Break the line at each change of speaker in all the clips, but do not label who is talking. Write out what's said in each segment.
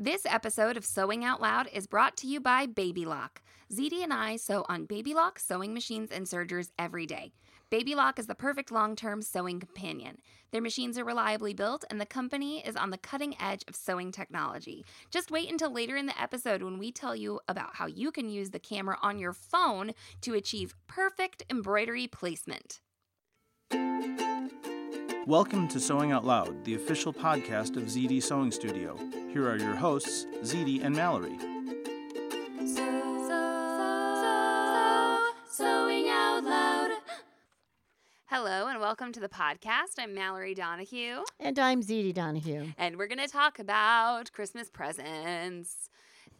This episode of Sewing Out Loud is brought to you by Babylock. ZD and I sew on Babylock sewing machines and sergers every day. Babylock is the perfect long-term sewing companion. Their machines are reliably built and the company is on the cutting edge of sewing technology. Just wait until later in the episode when we tell you about how you can use the camera on your phone to achieve perfect embroidery placement.
Welcome to Sewing Out Loud, the official podcast of ZD Sewing Studio. Here are your hosts, ZD and Mallory.
Sewing out loud. Hello and welcome to the podcast. I'm Mallory Donahue,
And I'm Zeddy Donahue.
and we're going to talk about Christmas presents,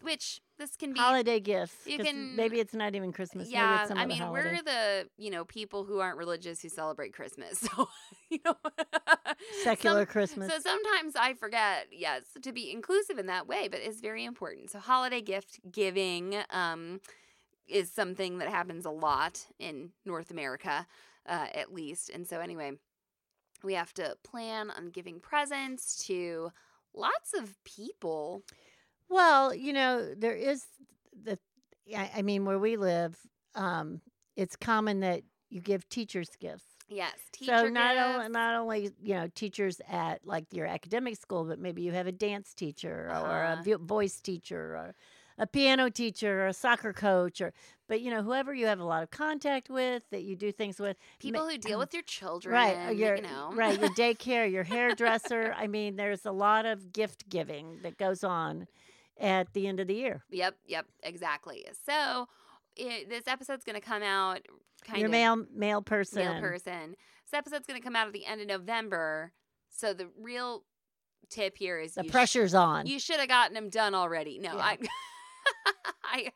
which this can be.
Holiday gifts.
you
'cause
can-
maybe it's not even Christmas. maybe
Yeah,
it's some
I
other
mean,
holiday.
we're the you know people who aren't religious who celebrate Christmas, so you know,
secular
some-
Christmas.
So sometimes I forget, yes, to be inclusive in that way, but it's very important. So holiday gift giving um, is something that happens a lot in North America, uh, at least. And so anyway, we have to plan on giving presents to lots of people.
well, you know, there is the I, I mean, where we live, um, it's common that you give teachers gifts.
Yes, teacher
so not only
gifts.
not only you know teachers at like your academic school, but maybe you have a dance teacher or
Uh-huh.
a vo- voice teacher or a piano teacher or a soccer coach or but you know whoever you have a lot of contact with that you do things with ma- um,
people who deal with your children,
right or your,
you know,
right your daycare your hairdresser i mean there's a lot of gift giving that goes on at the end of the year
Yep, yep, exactly. So it, this episode's going to come out kind
your
of
male male person
male person. This episode's going to come out at the end of November. So the real tip here is
the
you sh-
pressure's on
you should have gotten them done already. No,
Yeah.
I. I,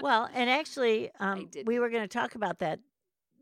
well and actually um, we
didn't.
were going to talk about that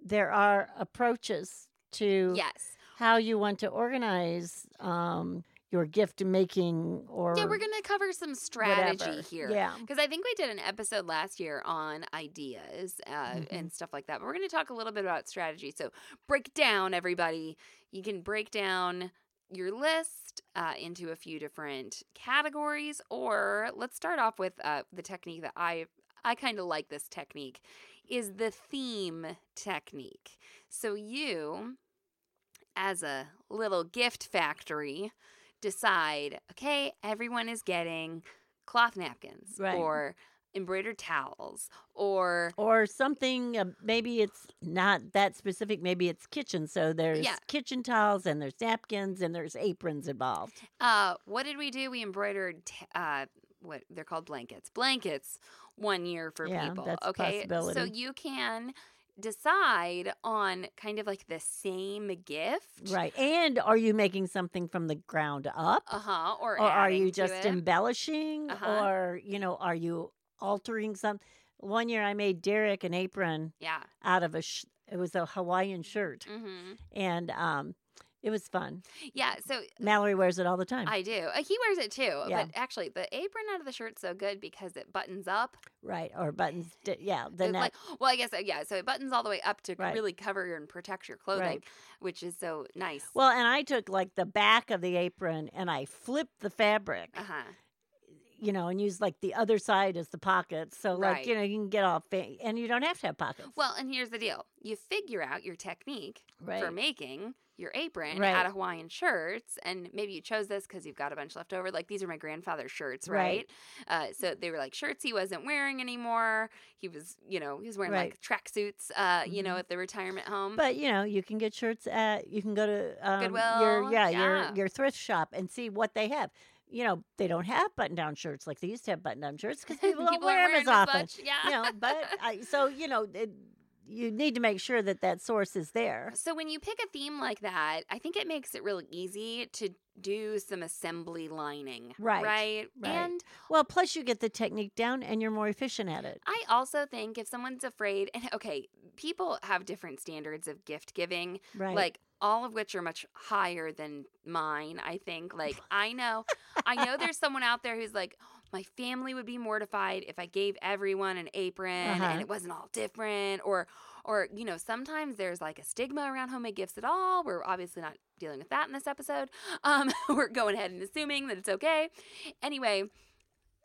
there are approaches to
yes.
how you want to organize um, your gift making or
Yeah, we're going to cover some strategy
whatever.
here.
yeah
Because I think we did an episode last year on ideas uh, and stuff like that. But we're going to talk a little bit about strategy. So break down, everybody. You can break down your list uh, into a few different categories, or let's start off with uh, the technique that I I kind of like. This technique is the theme technique. So you, as a little gift factory, decide. Okay, everyone is getting cloth napkins
Right.
or embroidered towels or
or something uh, maybe it's not that specific maybe it's kitchen so there's
Yeah.
kitchen towels and there's napkins and there's aprons involved
Uh, what did we do? We embroidered t- uh, what they're called blankets. Blankets one year for
Yeah,
people.
that's a
okay, so
possibility.
you can decide on kind of like the same gift,
right and are you making something from the ground up
Uh huh. Or,
or are
adding
you
to
just
it.
embellishing
Uh-huh.
or you know are you altering something one year i made derek an apron
yeah?
out of a sh- it was a hawaiian shirt
hmm
and um it was fun
Yeah. So
mallory wears it all the time
I do. Uh, he wears it too.
Yeah.
But actually, the apron out of the shirt's so good because it buttons up.
right or buttons d- yeah the
It's
neck
like, well, I guess uh, yeah. So it buttons all the way up to
Right.
really cover and protect your clothing,
Right.
which is so nice.
Well,
Ah.
and I took like the back of the apron and I flipped the fabric,
uh huh.
you know, and use like the other side as the pockets. So
Right.
like, you know, you can get all fa- and you don't have to have pockets.
Well, and here's the deal you figure out your technique for
Right.
making your apron
Right.
out of Hawaiian shirts. And maybe you chose this because you've got a bunch left over. Like these are my grandfather's shirts, right?
Right.
Uh, so they were like shirts he wasn't wearing anymore. He was, you know, he was wearing
Right.
like tracksuits, uh, you know,
Mhm.
at the retirement home.
But you know, you can get shirts at you can go to um,
Goodwill,
Your, yeah,
yeah.
your your thrift shop and see what they have. You know, they don't have button down shirts like they used to have button down shirts because people, don't wear them as often.
much. Yeah.
You know, but I, so you know, it, you need to make sure that that source is there.
So when you pick a theme like that, I think it makes it real easy to do some assembly lining.
Right,
Right.
right.
And
Well, plus you get the technique down and you're more efficient at it.
I also think if someone's afraid, and okay, people have different standards of gift giving,
Right.
like all of which are much higher than mine, I think. Like, I know, I know there's someone out there who's like, my family would be mortified if I gave everyone an apron
Uh-huh.
and it wasn't all different. Or, or, you know, sometimes there's like a stigma around homemade gifts at all. We're obviously not dealing with that in this episode. Um, we're going ahead and assuming that it's okay. Anyway,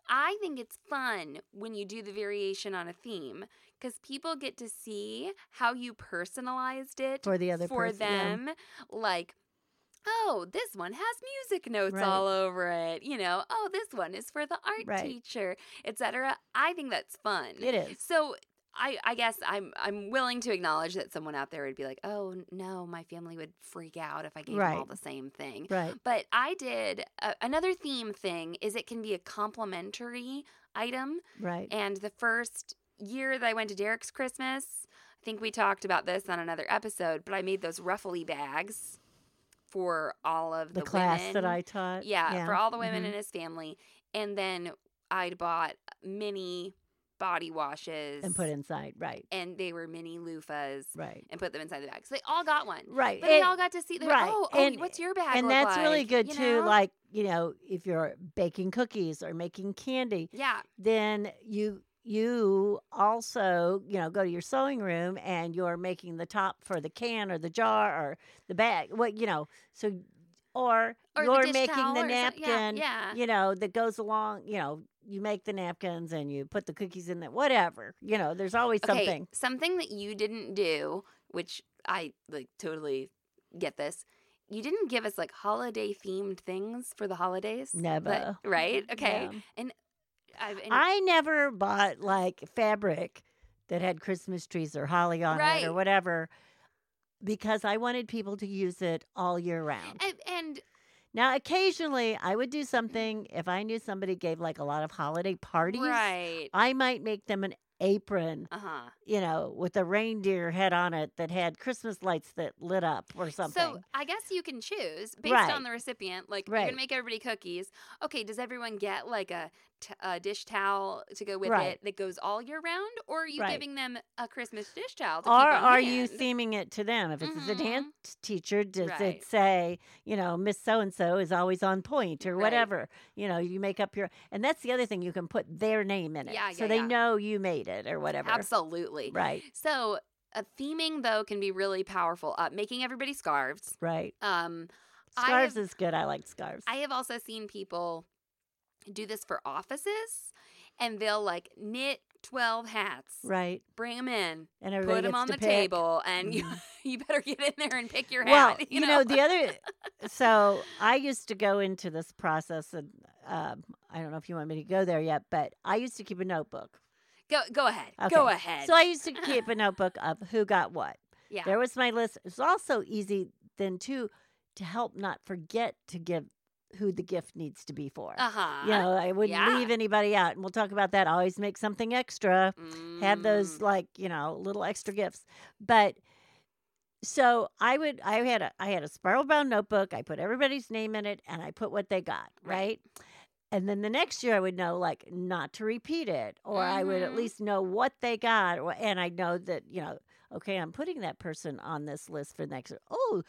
I think it's fun when you do the variation on a theme because people get to see how you personalized it
For the other
for
person, yeah.
them. Like, oh, this one has music notes
Right.
all over it. You know, oh, this one is for the art
Right.
teacher, etc. I think that's fun.
It is.
So I, I guess I'm I'm willing to acknowledge that someone out there would be like, oh n- no, my family would freak out if I gave them all
Right.
the same thing.
Right.
But I did uh, another theme thing is it can be a complimentary item.
Right.
And the first year that I went to Derek's Christmas, I think we talked about this on another episode, but I made those ruffly bags for all of the,
the, class that
women.
I taught.
yeah, for all the women
Mhm.
in his family. And then I'd bought mini body washes
and put inside. Right.
and they were mini loofahs
Right.
and put them inside the bag. So they all got one.
Right.
But they
and-
all got to see. They're
right.
like, oh, oh,
And-
what's your bag?
and
look
that's really
like?"
good
You
too.
know?
Like you know, if you're baking cookies or making candy,
yeah,
then you you also you know go to your sewing room and you're making the top for the can or the jar or the bag. What you know, so or,
or the
you're
dish
making
towel
the
or something. Yeah,
napkin.
yeah.
You know that goes along. You know, you make the napkins and you put the cookies in there. Whatever. You know, there's always something.
Okay, something that you didn't do, which I like totally get this. You didn't give us like holiday themed things for the holidays. but-
Never.
right? Okay.
Yeah.
I've, and-
I never bought like fabric that had Christmas trees or holly on it
Right.
or whatever because I wanted people to use it all year
and,
round.
Mm-hmm. and
now, occasionally I would do something if I knew somebody gave like a lot of holiday parties.
right.
I might make them an apron,
Uh huh.
you know, with a reindeer head on it that had Christmas lights that lit up or something.
So I guess you can choose based on
Right.
the recipient. Like you're
Right.
gonna make everybody cookies. Okay, does everyone get like a, t- a dish towel to go with
Right.
it that goes all year round, or are you
Right.
giving them a Christmas dish towel? To
or
keep on
are you
hand?
theming it to them? If it's a
Mhm.
dance teacher, does
Right.
it say, you know, Miss So and so is always on point or
Right.
whatever? You know, you make up your, and that's the other thing, you can put their name in it.
Yeah,
so
yeah,
they
yeah.
know you made it or whatever.
Absolutely.
Right,
So, uh, theming though can be really powerful. Uh, making everybody scarves.
right.
Um, I
Scarves
have-
is good. I like scarves.
I have also seen people do this for offices, and they'll like knit twelve hats,
right.
bring them in,
And
put 'em
everybody
put them
gets
on
to
the
pick.
table, and you,
Mhm.
you better get in there and pick your
Well,
hat.
you know, the other, so I used to go into this process, and um, I don't know if you want me to go there yet, but I used to keep a notebook.
go go ahead, go
Okay.
ahead.
So I used to keep a notebook of who got what.
yeah,
There was my list. It's also easy then too to help not forget to give who the gift needs to be for.
uh huh.
you know, I wouldn't
yeah.
leave anybody out, and we'll talk about that. Always make something extra. Have
Mm.
those like you know little extra gifts, but. So I would I had a I had a spiral bound notebook. I put everybody's name in it and I put what they got,
Right.
right? And then the next year I would know like not to repeat it or I would at
Mhm.
least know what they got or, and I know that, you know, okay, I'm putting that person on this list for next year. Oh,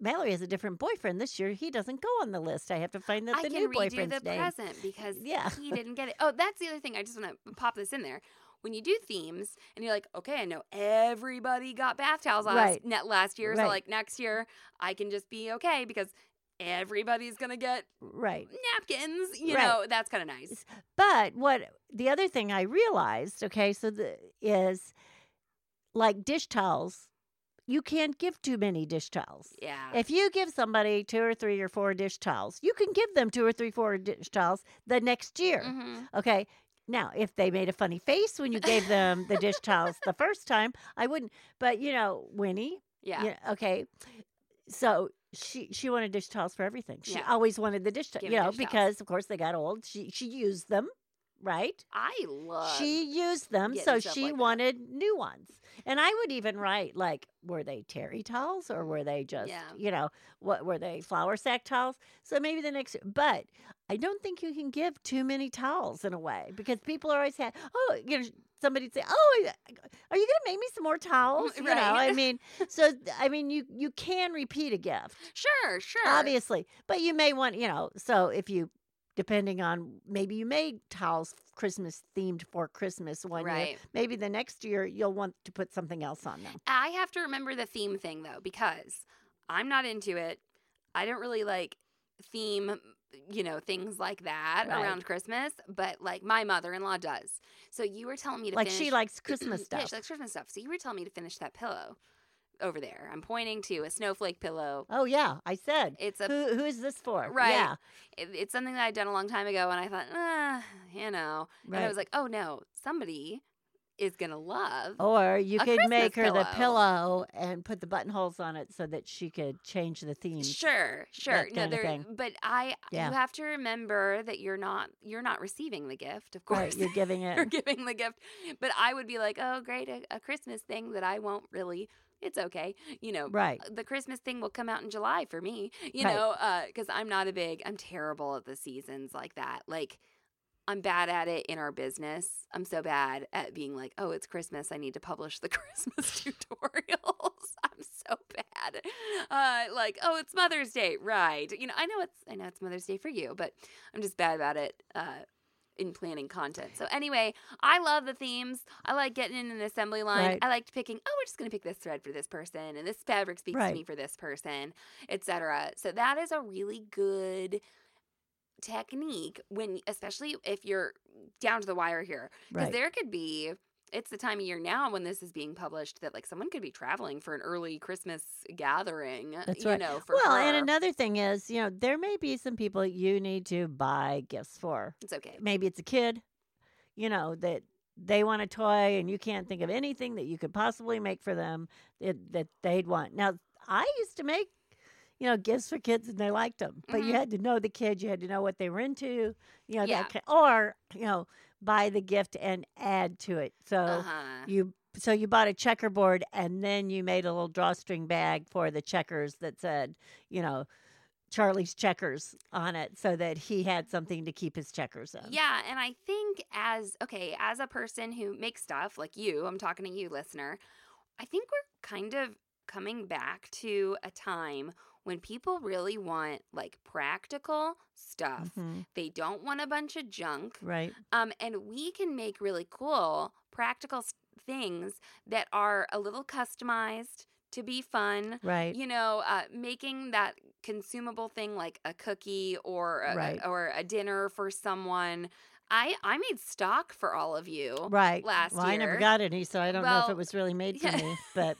Mallory has a different boyfriend this year. He doesn't go on the list. I have to find out
I
the
can
new
redo
boyfriend's
the
name.
present because
Yeah.
he didn't get it. Oh, that's the other thing. I just want to pop this in there. When you do themes and you're like, okay, I know everybody got bath towels last
Right.
net last year, so
Right.
like next year I can just be okay because everybody's gonna get
right.
napkins. You
Right.
know, that's kind of nice.
But what the other thing I realized, okay, so the, is like dish towels, you can't give too many dish towels.
Yeah.
If you give somebody two or three or four dish towels, you can give them two or three, four dish towels the next year.
Mhm.
Okay. Now, if they made a funny face when you gave them the dish towels the first time, I wouldn't. But you know, Winnie,
Yeah.
you know, okay. So she she wanted dish towels for everything. She
Yeah.
always wanted the dish towels,
Give
you
her
know,
dish towels.
because of course they got old. She she used them, right?
I love.
she used them,
getting
so
stuff
she
like that.
wanted new ones. And I would even write like, were they terry towels or were they just,
Yeah.
you know, what were they flour sack towels? So maybe the next, but I don't think you can give too many towels in a way because people are always had, oh, you know, somebody'd say, oh, yeah, are you gonna make me some more towels? You know,
Right.
I mean, so I mean, you you can repeat a gift
sure, sure.
obviously but you may want you know so if you depending on maybe you made towels christmas themed for christmas one year
Right.
maybe the next year you'll want to put something else on them
I have to remember the theme thing though, because I'm not into it. I don't really like theme, you know, things like that
Right.
around Christmas. But like my mother-in-law does. So you were telling me to
like
finish-
she likes christmas
Yeah,
stuff
she likes Christmas stuff. So you were telling me to finish that pillow over there. I'm pointing to a snowflake pillow.
oh yeah i said
It's a
who, who is this for
Right.
yeah
it, it's something that I'd done a long time ago, and I thought, ah, you know, and I
Right.
was like, oh no, somebody is gonna love.
or you
a
could
Christmas
make her the
pillow.
pillow and put the buttonholes on it so that she could change the theme
Sure, sure.
kind
No,
of
there.
thing.
But I,
Yeah.
you have to remember that you're not you're not receiving the gift. Of
right
course,
you're giving
you're
it
giving the gift. But I would be like, oh, great, a, a Christmas thing that I won't really. It's okay, you know.
right
The Christmas thing will come out in July for me, you
Right.
know, because I'm not a big. I'm terrible at the seasons like that. Like. I'm bad at it in our business. I'm so bad at being like, oh, it's Christmas. I need to publish the Christmas tutorials. I'm so bad. Uh, like, oh, it's Mother's Day, right? You know, I know it's I know it's Mother's Day for you, but I'm just bad about it uh, in planning content. So anyway, I love the themes. I like getting in an assembly line.
Right.
I liked picking. Oh, we're just gonna pick this thread for this person, and this fabric speaks
Right.
to me for this person, etc. So that is a really good technique when especially if you're down to the wire here because
right
there could be it's the time of year now when this is being published that like someone could be traveling for an early christmas gathering
That's
you
right.
know for
well and
her.
another thing is you know there may be some people you need to buy gifts for
it's okay
maybe it's a kid, you know, that they want a toy and you can't think of anything that you could possibly make for them that, that they'd want. Now, I used to make, you know, gifts for kids and they liked them, but you
Mhm.
had to know the kid, you had to know what they were into, you know,
Yeah.
that, ki- or, you know, buy the gift and add to it. So
uh-huh
you, so you bought a checkerboard and then you made a little drawstring bag for the checkers that said, you know, Charlie's checkers on it so that he had something to keep his checkers in.
yeah and i think as okay as a person who makes stuff like you i'm talking to you listener i think we're kind of coming back to a time when people really want like practical stuff
Mhm,
they don't want a bunch of junk
Right.
Um, and we can make really cool, practical s- things that are a little customized to be fun.
Right.
You know, uh, making that consumable thing like a cookie or a,
Right.
or a dinner for someone. I I made stock for all of you.
right.
last
well, I never
year.
got any, so I don't know if
Well,
it was really made for
yeah.
me, but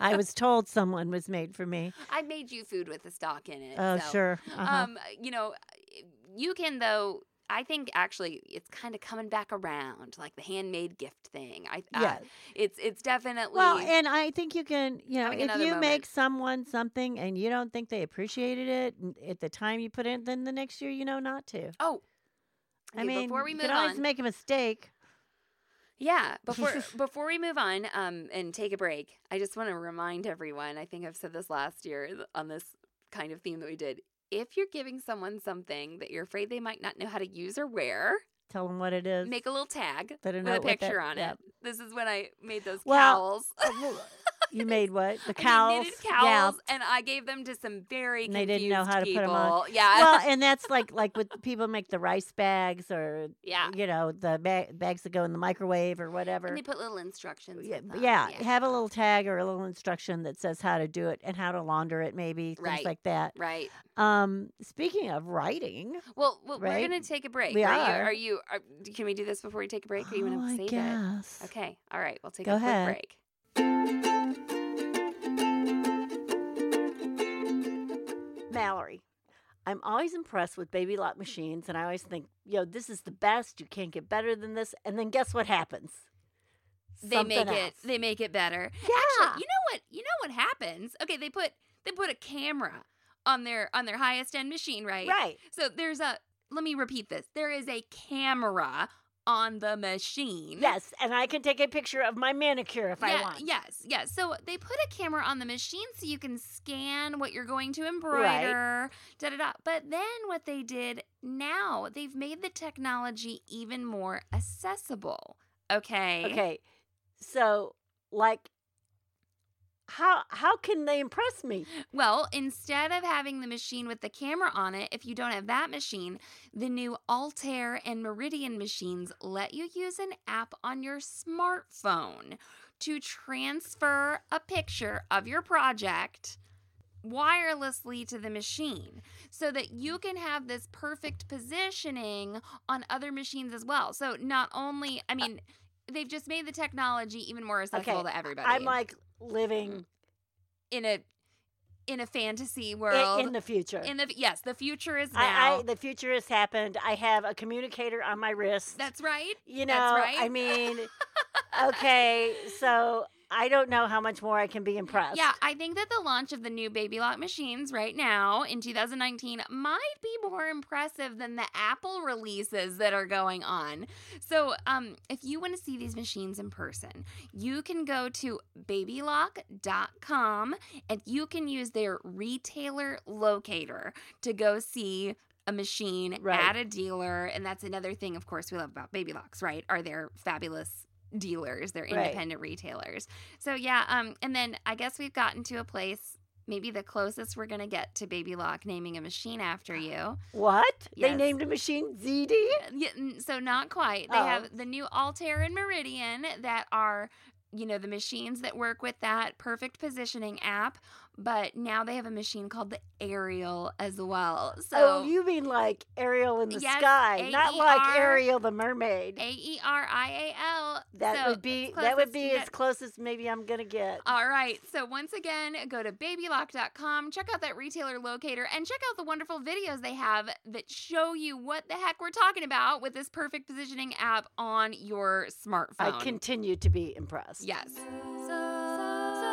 I was told someone was made for me.
I made you food with the stock in it.
Oh,
Eh, so.
sure. Uh-huh.
Um, you know, you can though. I think actually it's kind of coming back around, like the handmade gift thing. I uh,
yeah.
it's it's definitely
Well, and I think you can, you know,
having
if
another
you
moment.
make someone something and you don't think they appreciated it n- at the time you put it, then the next year you know not to.
oh
I
Okay,
mean,
before we
you
move
can always
on,
make a mistake.
yeah, before before we move on um, and take a break, I just want to remind everyone. I think I've said this last year th- on this kind of theme that we did. If you're giving someone something that you're afraid they might not know how to use or wear,
Tell them what it is.
make a little tag
Let 'em
with
know
a
what that-
picture on
yeah.
it. This is when I made those
Well,
cowls.
Uh, well, You made what? The
I
cows.
knitted
Yeah.
cowls, and I gave them to some very
And
confused
they didn't know how to put 'em on.
people. Yeah,
Well, and that's like like with people make the rice bags or
yeah.
you know the ba- bags that go in the microwave or whatever.
And they put little instructions.
yeah,
with
b-
them.
yeah, have a little tag or a little instruction that says how to do it and how to launder it, maybe things
Right.
like that.
Right.
Um, speaking of writing,
Well, well
Right?
we're gonna take a break.
We
Are you?
are.
Are you are, d- can we do this before we take a break? Or you
oh,
want
I
to save it?
guess.
Okay. All right. We'll take
Go
a quick
ahead.
break.
Mallory, I'm always impressed with baby lot machines, and I always think, yo, this is the best. You can't get better than this. And then guess what happens?
They
Something
make it.
else.
They make it better.
yeah.
Actually, you know what? You know what happens? Okay, they put they put a camera on their on their highest end machine, right?
right.
So there's a. Let me repeat this. There is a camera on the machine.
Yes, and I can take a picture of my manicure if
yeah,
I want.
Yes, yes. So they put a camera on the machine so you can scan what you're going to embroider, da da da. But then what they did now, they've made the technology even more accessible. Okay.
Okay. So, like, how how can they impress me?
Well, instead of having the machine with the camera on it, if you don't have that machine, the new Altair and Meridian machines let you use an app on your smartphone to transfer a picture of your project wirelessly to the machine so that you can have this perfect positioning on other machines as well. So not only, I mean, they've just made the technology even more accessible
Uh Okay,
to everybody.
I'm like living
in a in a fantasy
i-
world
in, the future.
in the yes, the future is now.
I, I the future has happened. I have a communicator on my wrist.
That's right.
You know,
That's right.
I mean, okay, so I don't know how much more I can be impressed.
Yeah, I think that the launch of the new Baby Lot machines right now in 2019 might be more impressive than the Apple releases that are going on. So, um, if you want to see these machines in person, you can go to babylock.com and you can use their retailer locator to go see a machine
Right.
at a dealer. And that's another thing, of course, we love about Baby Locks, right? Are their fabulous dealers, their
Right.
independent retailers. So yeah, um, and then I guess we've gotten to a place, maybe the closest we're gonna get to Baby Lock naming a machine after you.
What? They
Yes.
named a machine ZD?
Yeah, n- So not quite. They
Oh.
have the new Altair and Meridian that are, you know, the machines that work with that perfect positioning app. But now they have a machine called the Aerial as well. So
oh, you mean like Ariel in the
Yes, E
sky, not like
AER.
Ariel the mermaid.
A E R I A L.
that
so
would be
close
that
as
would be
you
as
get.
close as maybe I'm gonna get.
All right. So once again, go to babylock.com, check out that retailer locator, and check out the wonderful videos they have that show you what the heck we're talking about with this perfect positioning app on your smartphone.
I continue to be impressed.
Yes. So, so,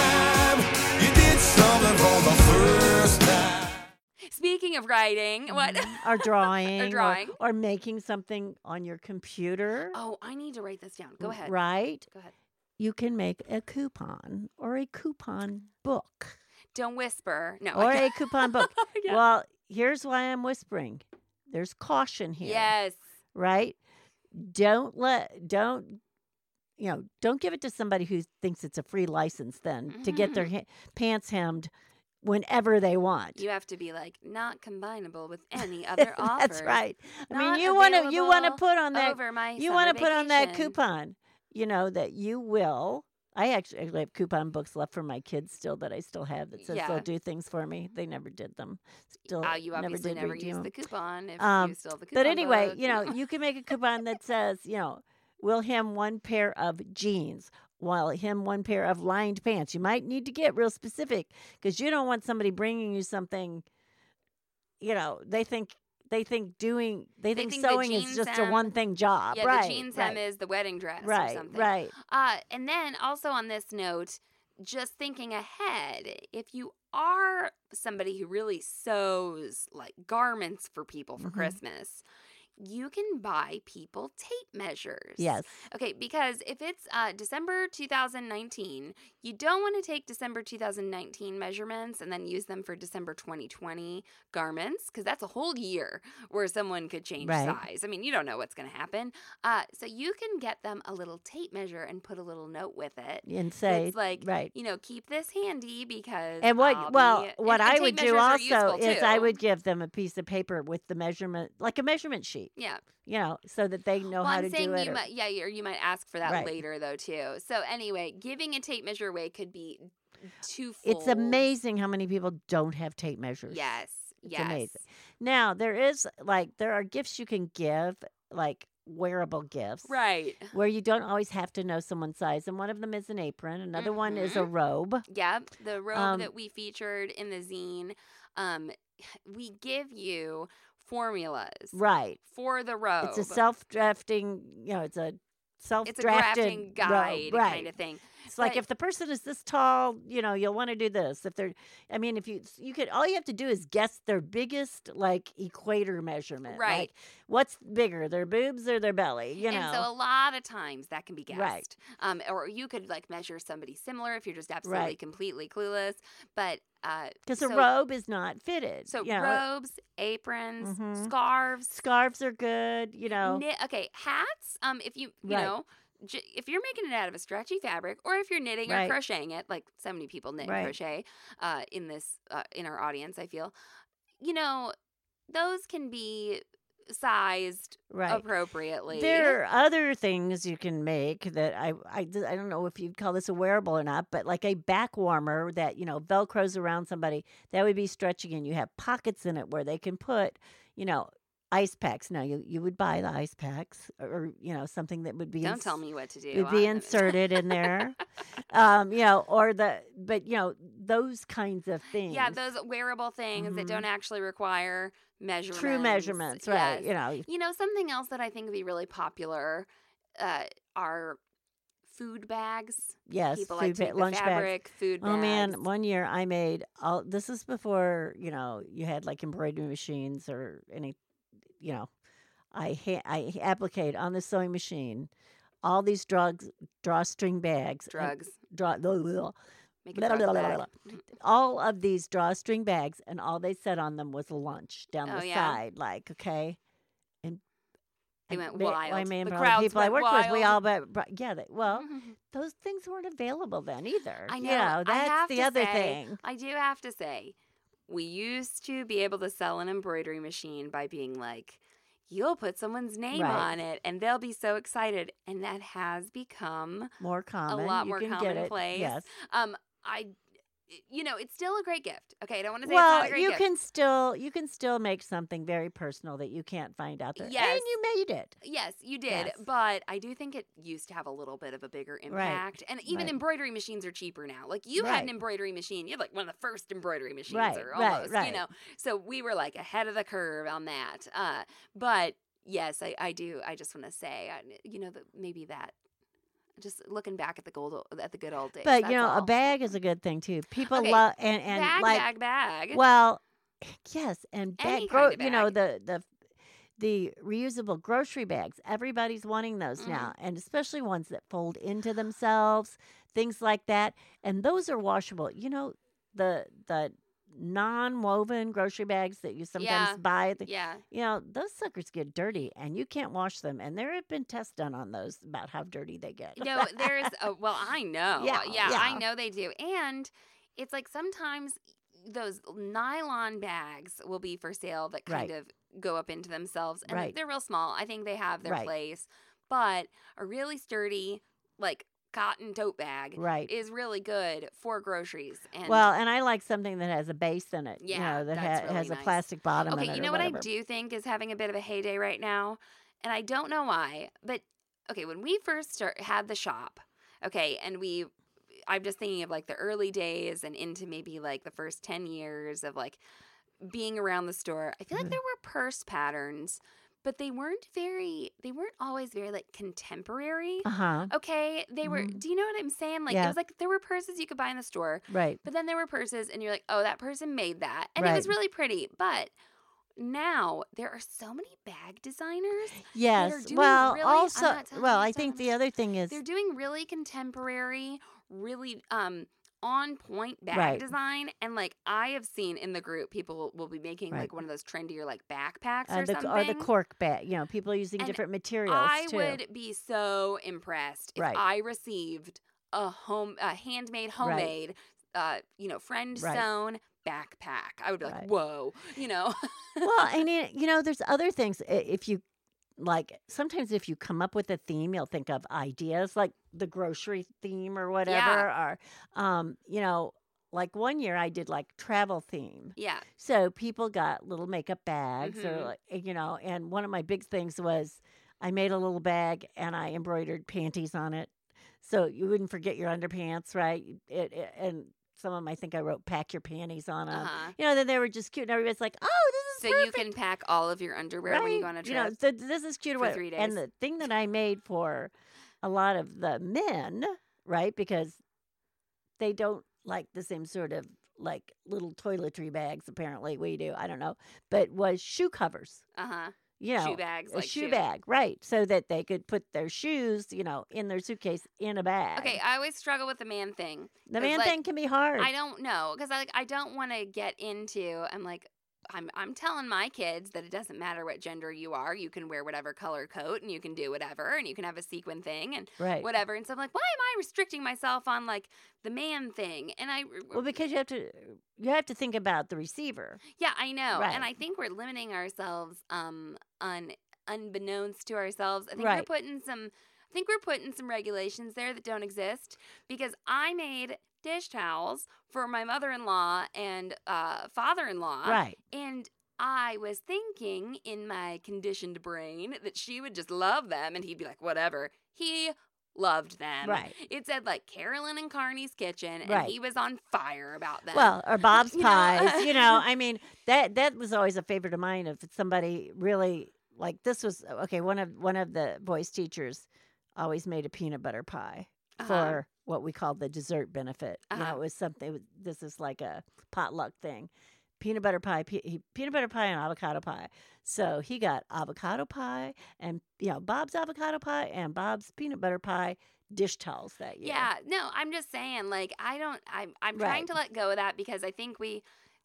Speaking of writing,
Mm-hmm.
what?
Or drawing.
drawing.
Or, or making something on your computer.
Oh, I need to write this down. Go ahead.
Right?
Go ahead.
You can make a coupon or a coupon book.
Don't whisper. No.
or
okay.
a coupon book.
Yeah.
Well, here's why I'm whispering. There's caution here.
Yes.
Right? Don't let don't you know, don't give it to somebody who thinks it's a free license then to get their ha- pants hemmed whenever they want.
Mm-hmm. You have to be like not combinable with any other offer.
That's right. I
Not
mean, you want to you want to
available
put on that
Over my
you
want to
put on that
coupon.
coupon, you know, that you will I actually actually have coupon books left for my kids still that I still have that says
Yeah.
they'll do things for me. They never did them. Still,
Uh, you obviously
did
never,
redo
use
them.
the coupon if
Um,
you still have the coupon.
But anyway,
book.
you know, you can make a coupon that says, you know, will him one pair of jeans, while him one pair of lined pants. You might need to get real specific because you don't want somebody bringing you something. You know, they think they think doing they,
They
think,
think the
sewing is
jeans
just
hem-
a one thing job,
yeah,
right?
the jeans
right,
hem is the wedding dress or
right,
something.
right.
Uh, and then also on this note, just thinking ahead, if you are somebody who really sews like garments for people for
Mhm.
Christmas, you can buy people tape measures.
Yes,
Okay, because if it's uh, December 2019, you don't want to take December 2019 measurements and then use them for December 2020 garments, because that's a whole year where someone could change
Right.
size. I mean, you don't know what's going to happen. Uh, so you can get them a little tape measure and put a little note with it.
and say
it's like,
right.
you know, keep this handy because.
And
I'll
what well
be- and-
what
and
I
tape
would do
measures are
also
useful,
is I
too.
would give them a piece of paper with the measurement like a measurement sheet,
Yeah.
you know, so that they know
well,
how
I'm
to
saying
do it.
you
or-
might, yeah, you- or you might ask for that
Right.
later though too. So anyway, giving a tape measure away could be twofold.
it's amazing how many people don't have tape measures.
Yes,
It's
yes,
amazing. Now there is like there are gifts you can give, like wearable gifts.
right.
Where you don't always have to know someone's size. And one of them is an apron, another one is
Mm-hmm.
a robe.
Yep, the robe
Um,
that we featured in the zine. Um, we give you formulas
Right.
for the robe.
It's a self drafting, you know, it's a self
It's a drafting
drafted
guide
right.
kind of thing.
It's like
But-
if the person is this tall, you know, you'll want to do this. If they're, I mean, if you you could all you have to do is guess their biggest like equator measurement,
Right.
Like, what's bigger, their boobs or their belly? You
and so
know,
a lot of times that can be guessed.
Right.
Um, or you could like measure somebody similar if you're just absolutely
Right.
completely clueless. But uh,
because
so,
a robe is not fitted.
So
you know,
robes, aprons,
Mhm.
scarves,
scarves are good. You know,
knit. Okay, hats. Um, if you you
Oh. Right.
know, j- if you're making it out of a stretchy fabric, or if you're knitting
Right.
or crocheting it, like so many people knit
Right.
and crochet, uh, in this uh, in our audience, I feel, you know, those can be sized
right?
appropriately.
There are other things you can make that I, I d- I don't know if you'd call this a wearable or not, but like a back warmer that, you know, velcros around somebody, that would be stretching and you have pockets in it where they can put, you know, ice packs. Now you, you would buy the ice packs or, or, you know, something that would be
Don't
ins-
tell me what to do.
would be
on them.
inserted in there. um, you know, or the but you know, those kinds of things.
Yeah, those wearable things that
Mhm.
don't actually require measurements.
true measurements, right.
Yes.
You know,
You know, something else that I think would be really popular uh, are food bags.
yes,
People
food
like to
ba-
take the
lunch bags.
fabric, food bags.
Oh man, one year I made all this is before, you know, you had like embroidery machines or any you know, I ha- I appliqued on the sewing machine all these drugs drawstring bags. and
drugs.
Draw, blah, blah, blah,
Make a
blah,
drug
blah, blah,
bag.
blah, all of these drawstring bags and all they said on them was lunch down
Oh,
the
yeah?
side like, okay? And
They
and
went
ma- I
wild.
mean,
The
probably
crowds
people I
went
worked with, we
wild.
all but, but yeah, they, well, those things weren't available then either.
I
You
know. I
that's
have
the
to
other
say,
thing.
I do have to say, we used to be able to sell an embroidery machine by being like, you'll put someone's name
Right.
on it and they'll be so excited. And that has become
more common.
lot
you
more
can get it.
commonplace.
Yes.
Um, I, you know, it's still a great gift. Okay, I don't want to say it's not
Well,
a great
you
gift.
can still you can still make something very personal that you can't find out there.
Yes.
And you made it.
Yes, you did,
Yes.
but I do think it used to have a little bit of a bigger impact. And even
right.
embroidery machines are cheaper now. Like you had an
Right.
embroidery machine, you had like one of the first embroidery machines,
Right,
or
right,
almost, you
right.
know. So we were like ahead of the curve on that. Uh, but yes, I, I do. I just want to say, I, you know, that maybe that. Just looking back at the gold, o- at the good old days.
But
that's
you know,
all.
a bag is a good thing too. People
Okay,
love and and
bag,
like
bag, bag.
well, eh, yes, and bag
Any
gro-
kind of
you know the the the reusable grocery bags. Everybody's wanting those
Mhm.
now, and especially ones that fold into themselves, things like that. And those are washable. You know, the the non-woven grocery bags that you sometimes
Yeah.
buy at the
yeah,
You know, those suckers get dirty and you can't wash them. And there have been tests done on those about how dirty they get.
you know, there's a, well, I know.
Yeah,
yeah, I
yeah.
know they do. And it's like sometimes those nylon bags will be for sale that kind
Right.
of go up into themselves and
Right.
they're real small. I think they have their
Right.
place, but a really sturdy like cotton tote bag
Right.
is really good for groceries. And
well, and I like something that has a base in it.
Yeah,
you know, that
that's
ha-
really
has
nice.
a plastic bottom. in
okay,
it
you
or
know what I
whatever.
do think is having a bit of a heyday right now, and I don't know why, but okay, when we first start, had the shop, okay, and we. I'm just thinking of like the early days and into maybe like the first 10 years of like being around the store. I feel like
Mhm.
there were purse patterns, but they weren't very, they weren't always very like contemporary.
Uh huh.
Okay, they were.
Mhm.
Do you know what I'm saying? Like it
Yeah.
was like there were purses you could buy in the store,
Right.
but then there were purses, and you're like, oh, that person made that, and it was
Right.
really pretty. But now there are so many bag designers. are
Yes.
doing
Well,
really- I'm
also,
not telling
well,
you
I
it's not
think
gonna
the other thing is
They're doing really contemporary, really um on point bag
Right.
design, and like I have seen in the group, people will be making
Right.
like one of those trendier like backpacks
uh,
or
the,
something.
or the cork bag. You know, people are using
And
different materials
I
too.
would be so impressed if
Right.
I received a home, a handmade, homemade, uh, you know, friend
Right.
sewn backpack. I would be like,
Right.
whoa, you know,
well, and it, you know, there's other things. I- If you like, sometimes if you come up with a theme, you'll think of ideas like the grocery theme or whatever, or um, you know, like one year I did like travel theme.
yeah,
So people got little makeup bags,
Mhm.
or like, eh, you know, and one of my big things was I made a little bag and I embroidered panties on it, so you wouldn't forget your underpants, right? It, it- and some of them I think I wrote "pack your panties" on them.
Mm-hmm. uh-huh.
You know, then they were just cute, and everybody's like, "Oh, this
So
is perfect."
you can pack all of your underwear when you go on a
Right.
trip.
know, th- this is cute. or
for
what-
three days.
And the thing that I made for a lot of the men, right? Because they don't like the same sort of like little toiletry bags. Apparently, we do. I don't know, but was shoe covers.
uh-huh.
You know,
shoe bags,
a
like
shoe bag, right? So that they could put their shoes, you know, in their suitcase in a bag.
Okay, I always struggle with the man thing.
the
'cause,
man
like,
thing can be hard.
I don't know because I like I don't want to get into. I'm like. I'm, I'm telling my kids that it doesn't matter what gender you are. You can wear whatever color coat and you can do whatever and you can have a sequin thing and
right.
whatever. And so I'm like, why am I restricting myself on like the man thing? And I,
Well, because you have to, you have to think about the receiver.
yeah, I know. And
Right.
I think we're limiting ourselves, um, un, unbeknownst to ourselves. I think
Right.
we're putting some, I think we're putting some regulations there that don't exist because I made dish towels for my mother-in-law and uh, father-in-law,
right.
and. I was thinking in my conditioned brain that she would just love them and he'd be like, whatever. He loved them.
Right.
It said like Carolyn and Carney's kitchen, and
Right.
he was on fire about that.
Well, or Bob's
you know? uh,
pies. You know, I mean that that was always a favorite of mine. If somebody really like this was okay, one of one of the voice teachers always made a peanut butter pie for what we called the dessert benefit. You
Uh-huh.
know, it was something. it was- This is like a potluck thing. Peanut butter pie, pe- he- peanut butter pie, and avocado pie. So he got avocado pie, and you know Bob's avocado pie and Bob's peanut butter pie dish towels that year.
yeah. No, I'm just saying, like, I don't. I'm I'm trying
Right.
to let go of that because I think we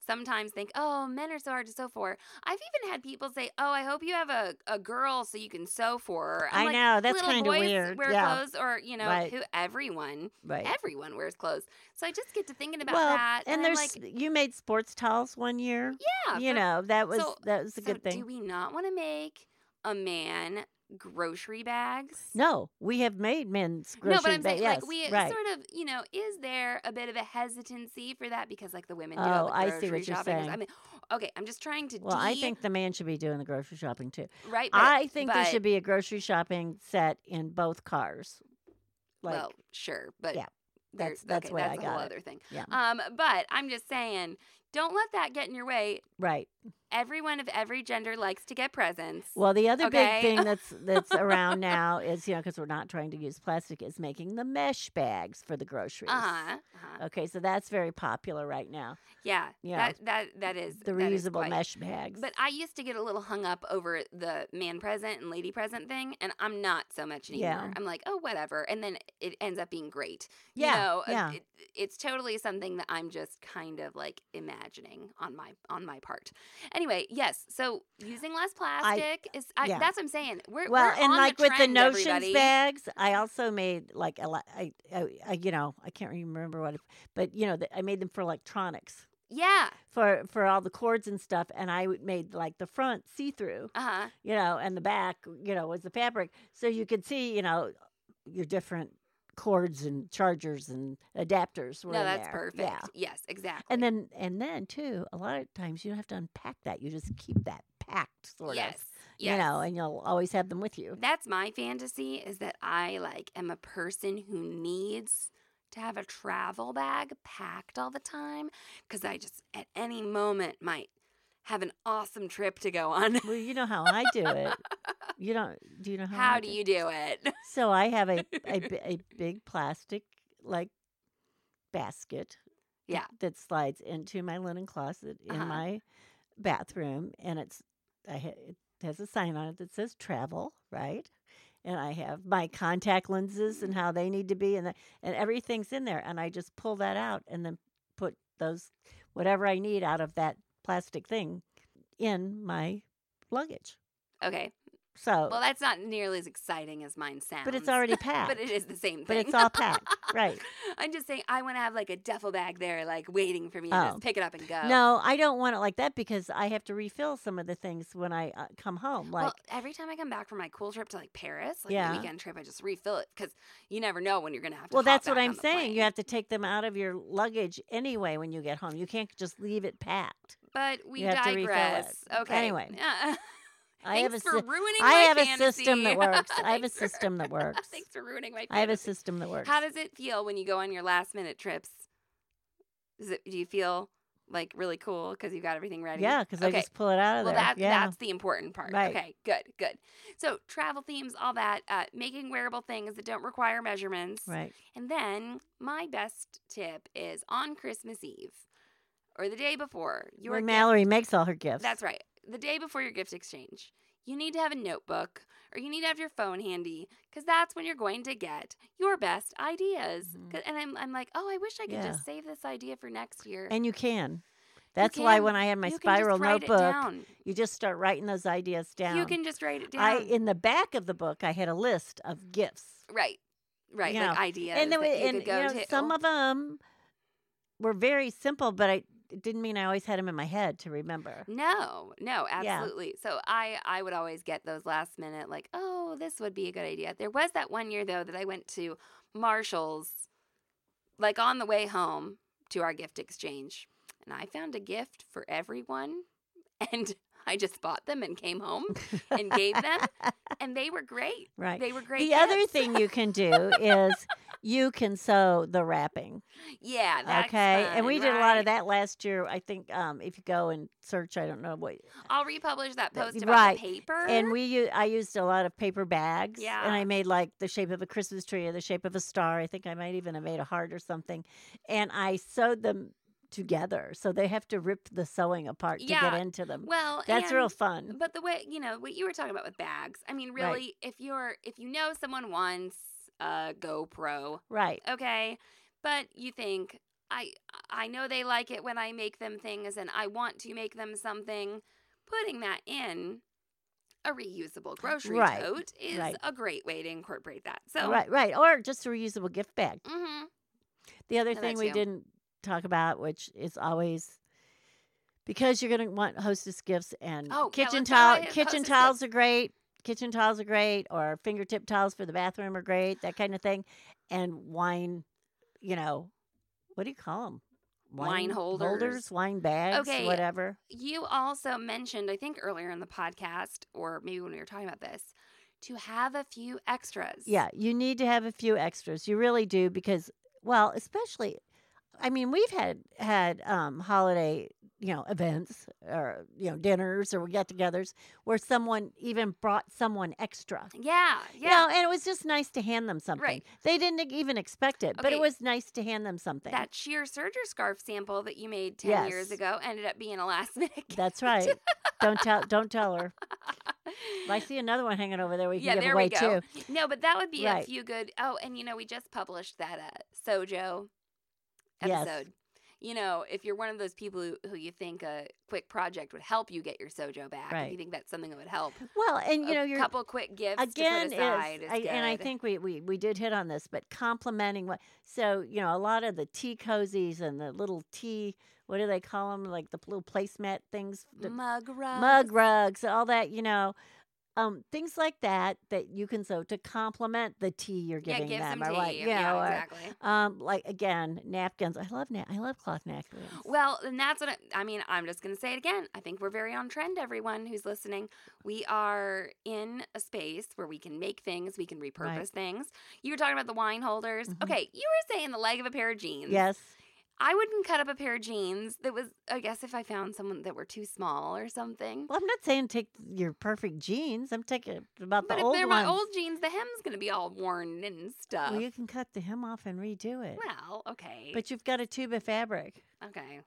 sometimes think, oh, men are so hard to sew for. I've even had people say, oh, I hope you have a, a girl so you can sew for her. I'm
I
like,
know that's
Little
kind of
boys
weird.
wear
yeah,
clothes, or you know,
Right.
who everyone,
right.
everyone wears clothes. So I just get to thinking about
well,
that,
And,
I'm
there's
like,
you made sports towels one year.
yeah,
you
for-
know that was
so-
that was a
so
good thing.
Do we not want to make a man grocery bags?
no, we have made men's grocery
No, but I'm
ba-
saying
yes,
like we
right.
sort of, you know, is there a bit of a hesitancy for that because like the women do
Oh,
all the
I see
grocery
what you're
shopping. or
saying.
I mean, okay, I'm just trying to.
well, I
de-
think the man should be doing the grocery shopping too.
right. But,
I think there
but-
should be a grocery shopping set in both cars. Like
well, sure, but
Yeah,
there-
that's- that's
okay,
where
that's
I
a whole
got it.
other thing.
Yeah.
Um, but I'm just saying, don't let that get in your way.
right.
Everyone of every gender likes to get presents.
Well, the other
Okay.
big thing that's that's around now is you know because we're not trying to use plastic is making the mesh bags for the groceries.
uh huh. uh
Okay, so that's very popular right now.
Yeah.
yeah.
That that that is
The
that is
reusable
quite-
mesh bags.
But I used to get a little hung up over the man present and lady present thing, and I'm not so much anymore.
Yeah.
I'm like, oh, whatever. And then it ends up being great.
yeah,
You know, uh,
yeah.
It, it's totally something that I'm just kind of like imagining on my on my part. Anyway, yes. So using less plastic is I,
yeah.
that's what I'm saying. We're
well,
we're
and
on
like
the
with the
trend,
notions
everybody.
bags, I also made like a lot. I, I, I, you know, I can't even remember what, it, but you know, th- I made them for electronics
Yeah.
for for all the cords and stuff, and I would- made like the front see through,
Uh huh.
you know, and the back, you know, was the fabric, so you could see, you know, your different cords and chargers and adapters were
no,
in
that's
there.
perfect.
Yeah.
Yes, exactly.
And then and then too, a lot of times you don't have to unpack that. You just keep that packed sort
yes,
of.
yes.
You know, and you'll always have them with you.
that's my fantasy is that I like am a person who needs to have a travel bag packed all the time because I just at any moment might have an awesome trip to go on.
Well, you know how I do it. You don't do you know how
How
Oh, I
do you do it?
So I have a a, bi- a big plastic like basket. that-
Yeah.
That slides into my linen closet in
Uh-huh.
my bathroom, and it's I ha- it has a sign on it that says travel, right? And I have my contact lenses
Mm-hmm.
and how they need to be, and the, and everything's in there. And I just pull that out and then put those whatever I need out of that plastic thing in my luggage.
Okay.
So,
Well, that's not nearly as exciting as mine sounds.
Oh. but it's already packed.
But it is the same thing.
But it's all packed, right?
I'm just saying I want to have like a duffel bag there, like waiting for me to
Oh.
just pick it up and go.
No, I don't want it like that because I have to refill some of the things when I uh, come home. Like,
well, every time I come back from my cool trip to like Paris, like
Yeah.
my weekend trip, I just refill it because you never know when you're gonna have to.
well,
hop
that's what
back
I'm
on the
saying. You
plane.
have to take them out of your luggage anyway when you get home. You can't just leave it packed.
But we
you have to refill it.
digress. Okay.
Anyway.
Uh,
I have a,
thanks for
sys-
ruining
I
my
have a system that
fantasy.
works. I have a
Thanks for-
system that works.
Thanks for ruining my. Fantasy.
I have a system that works.
How does it feel when you go on your last minute trips? Does it, do you feel like really cool because you've got everything ready?
yeah, because
okay.
I just pull it out of
well,
there.
that,
yeah.
that's the important part.
Right.
Okay, good, good. So travel themes, all that, uh, making wearable things that don't require measurements.
right.
And then my best tip is on Christmas Eve or the day before. Your
When
gift-
Mallory makes all her gifts.
That's right. The day before your gift exchange, you need to have a notebook or you need to have your phone handy because that's when you're going to get your best ideas. 'Cause- And I'm, I'm like, oh, I wish I could
Mm-hmm. Yeah.
just save this idea for next year.
And you can. That's why
can.
when I had my
You can just
spiral
write it
notebook,
down.
you just start writing those ideas down.
You can just write it down.
I in the back of the book I had a list
Mm.
of gifts,
right. Right.
you
like
know,
ideas.
and then
that
we-
you
and
could go
you know,
to.
some of them were very simple, but I it didn't mean I always had them in my head to remember.
No, no,
Yeah.
absolutely. So I I would always get those last minute like, "Oh, this would be a good idea." There was that one year though that I went to Marshall's like on the way home to our gift exchange, and I found a gift for everyone and I just bought them and came home and gave them and they were great.
Right.
They were great.
the other
gifts.
thing you can do is you can sew the wrapping.
Yeah, that's
okay.
fun,
and we did a lot
right.
of that last year. I think um, if you go and search, I don't know what
I'll republish that
Th-
post about
right.
the paper.
And we, u- I used a lot of paper bags. And I
Uh-huh. Yeah.
made like the shape of a Christmas tree or the shape of a star. I think I might even have made a heart or something. And I sewed them together. So they have to rip the sewing apart to
Yeah.
get into them.
well,
That's real
and-
fun.
But the way you know what you were talking about with bags, I mean,
Right.
really, if you're if you know someone wants a GoPro,
Right.
okay, but you think I I know they like it when I make them things, and I want to make them something. Putting that in a reusable grocery
Right,
tote is
right.
a great way to incorporate that. So,
Right, right. Or just a reusable gift bag.
hmm
The other
that
thing we
too.
didn't talk about, which is always because you're going to want hostess gifts and
Oh, yeah,
kitchen
let's talk
towel.
about
Kitchen
hostess
towels
gifts.
are great. Kitchen towels are great, or fingertip towels for the bathroom are great. That kind of thing, and wine. You know, what do you call them?
Wine holders.
wine bags,
Okay,
whatever.
you also mentioned, I think earlier in the podcast, or maybe when we were talking about this, to have a few extras.
Yeah, you need to have a few extras. You really do because, well, especially, I mean, we've had had um, holiday, you know, events or you know dinners or get-togethers where someone even brought someone extra.
Yeah.
You
Yeah.
know, and it was just nice to hand them something.
Right.
They didn't e, even expect it, but it
Okay.
was nice to hand them something.
That sheer serger scarf sample that you made 10 years
Yes.
ago ended up being a last minute gift.
That's right. don't tell. Don't tell her. Well, I see another one hanging over there. We can
yeah,
give
there
away
we go.
too.
No, but that would be
Right.
a few good. Oh, and you know, we just published that uh, Sojo
Yes.
episode. You know, if you're one of those people who, who you think a quick project would help you get your Sojo back, if
Right.
you think that's something that would help,
Well, and you
a
know, you're
couple quick gifts
again
to put aside
is, I, and I
good.
think we, we we did hit on this, but complimenting what so you know a lot of the tea cozies and the little tea what do they call them like the little placemat things the
mug rug.
mug rugs all that you know um, things like that that you can sew to complement the tea you're
Yeah,
giving
give
them,
some
or
tea.
like you
yeah,
know, or,
exactly.
um, like again, napkins. I love na- I love cloth napkins.
Well, and that's what I, I mean. I'm just going to say it again. I think we're very on trend, everyone who's listening. We are in a space where we can make things, we can repurpose things. You were talking about the wine holders.
Mhm.
Okay, you were saying the leg of a pair of jeans.
yes,
I wouldn't cut up a pair of jeans that was, I guess, if I found someone that were too small or something.
well, I'm not saying take your perfect jeans. I'm taking about
but
the
if
old
they're
ones.
my old jeans, the hem's going to be all worn and stuff.
well, you can cut the hem off and redo it,
Well, okay.
but you've got a tube of fabric.
okay.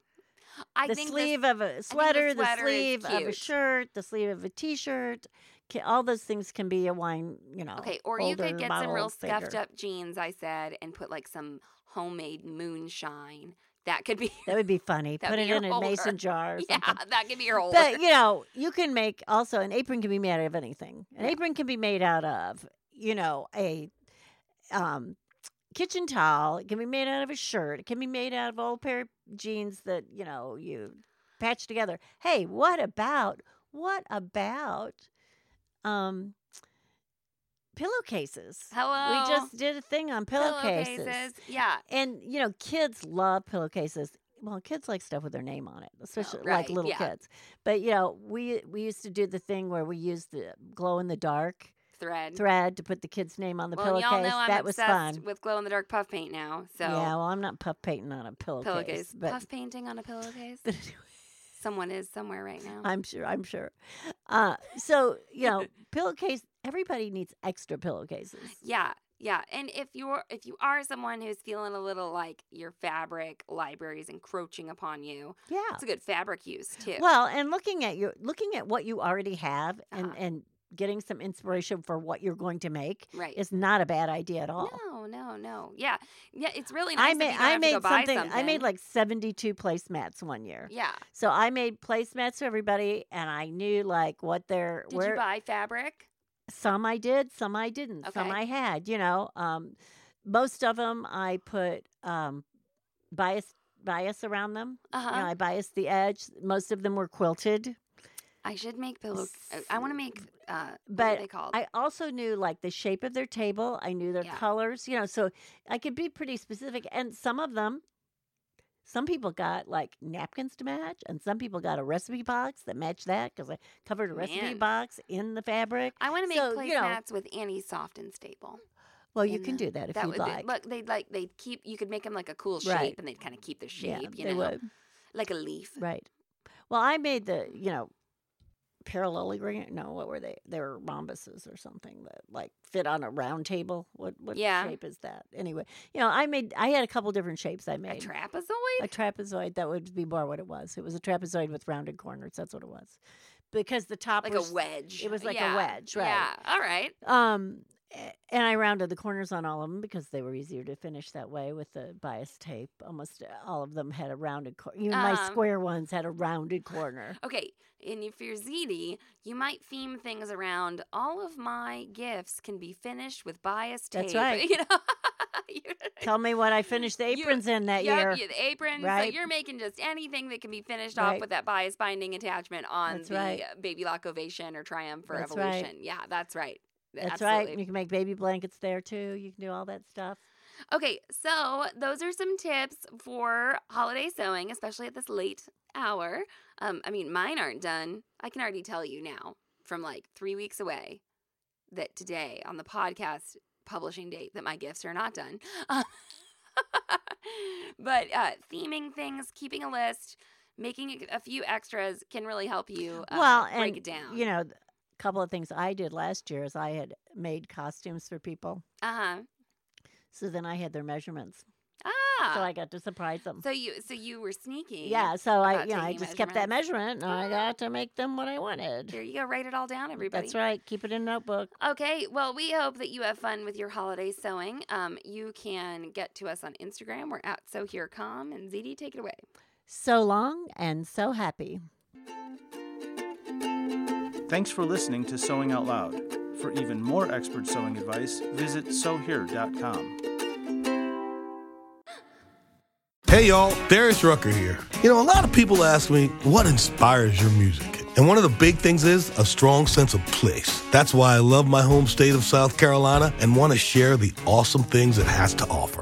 I
the
think this-
sleeve of a uh, sweater, the,
sweater is
sleeve of a
cute.
shirt, the sleeve of a t-shirt. Ca all those things can be a wine, you know.
Okay, or you
older
could get some real
model
scuffed
figure.
up jeans, I said, and put like some homemade moonshine. That could be
That would be funny.
That would
Put
be
it
your
in a
holder.
mason jar. Or
yeah,
something.
that could be your old.
But you know, you can make also an apron can be made out of anything. An
Yeah.
apron can be made out of, you know, a um kitchen towel. It can be made out of a shirt. It can be made out of old pair of jeans that, you know, you patch together. Hey, what about what about um pillowcases?
Hello.
We just did a thing on pillowcases.
Yeah.
And you know, kids love pillowcases. Well, kids like stuff with their name on it, especially
Oh, right,
like little
yeah.
kids. But you know, we we used to do the thing where we used the glow in the dark
Thread.
thread to put the kid's name on the
well, and
pillowcase.
y'all know I'm
that was
obsessed
fun.
with glow in the dark puff paint now. So
yeah, well, I'm not puff painting on a pillowcase,
pillowcase.
but
Puff painting on a pillowcase.
but anyway,
Someone is somewhere right now.
I'm sure. I'm sure. Uh, so you know, pillowcase. Everybody needs extra pillowcases.
Yeah, yeah. And if you're if you are someone who's feeling a little like your fabric library is encroaching upon you,
Yeah.
it's a good fabric use too.
Well, and looking at your looking at what you already have and
Uh-huh.
and getting some inspiration for what you're going to make
right.
is not a bad idea at all.
No, no, no. Yeah, yeah. It's really nice.
Oh. I made
if you don't
I
have to
made
go buy
something, I made
something.
like 72 placemats one year.
Yeah.
So I made placemats for everybody and I knew like what their
Did
where
you buy fabric?
some I did, some I didn't, some
Okay.
I had, you know. Um most of them I put um bias bias around them.
Uh
You know,
huh.
I biased the edge. Most of them were quilted.
I should make pillow. uh, I want to make. Uh, what are
but
they called?
I also knew like the shape of their table. I knew their
Yeah.
colors, you know, so I could be pretty specific. And some of them, some people got like napkins to match, and some people got a recipe box that matched that because I covered a recipe
Man.
box in the fabric.
I want to make
so,
placemats
you know-
with Annie Soft and Staple.
Well, you
And
can
the-
do that if
that
you'd
would be-
like.
look. They'd like they'd keep. You could make them like a cool shape,
Right.
and they'd kind of keep their
yeah,
shape. you
they
know,
would.
like a leaf.
Right. Well, I made the, you know, parallelogram. No, what were they? They were rhombuses or something that like fit on a round table. What what
Yeah.
shape is that? Anyway, you know, I made I had a couple different shapes I
A
made.
trapezoid.
a trapezoid that would be more what it was. It was a trapezoid with rounded corners. That's what it was. Because the top
like
was
a wedge.
was like a
Yeah,
wedge, right.
Yeah. All right.
um a- and I rounded the corners on all of them because they were easier to finish that way with the bias tape. Almost uh, all of them had a rounded corner. Even my
Um,
square ones had a rounded corner.
Okay, and if you're ziti, you might theme things around. All of my gifts can be finished with bias tape.
That's right.
You know, You-
Tell me what I finished the
You-
aprons in that
Yep,
year.
you- the aprons.
right.
So you're making just anything that can be finished off
Right.
with that bias binding attachment on
That's
the
right.
uh, baby lock ovation or triumph or
That's right.
evolution. Yeah, that's right.
That's
Absolutely.
right. You can make baby blankets there too. You can do all that stuff.
Okay, so those are some tips for holiday sewing, especially at this late hour. Um, I mean, mine aren't done. I can already tell you now from like three weeks away that today on the podcast publishing date that my gifts are not done. but uh, theming things, keeping a list, making a few extras can really help you uh,
well,
break
and
it down.
you know, a couple of things I did last year is I had made costumes for people.
uh-huh.
So then I had their measurements.
Ah.
So I got to surprise them.
so you so you were sneaky.
yeah, so I
about
you know, I
taking
just kept that measurement and I
Ah.
got to make them what I wanted.
There you go. Write it all down, everybody.
That's right. Keep it in a notebook.
Okay, well, we hope that you have fun with your holiday sewing. Um, you can get to us on Instagram. We're at SewHereCom. And ZD, take it away.
So long and so happy.
Thanks for listening to Sewing Out Loud. For even more expert sewing advice, visit sewhere.com.
Hey y'all, Darius Rucker here. You know, a lot of people ask me, what inspires your music? And one of the big things is a strong sense of place. That's why I love my home state of South Carolina and want to share the awesome things it has to offer.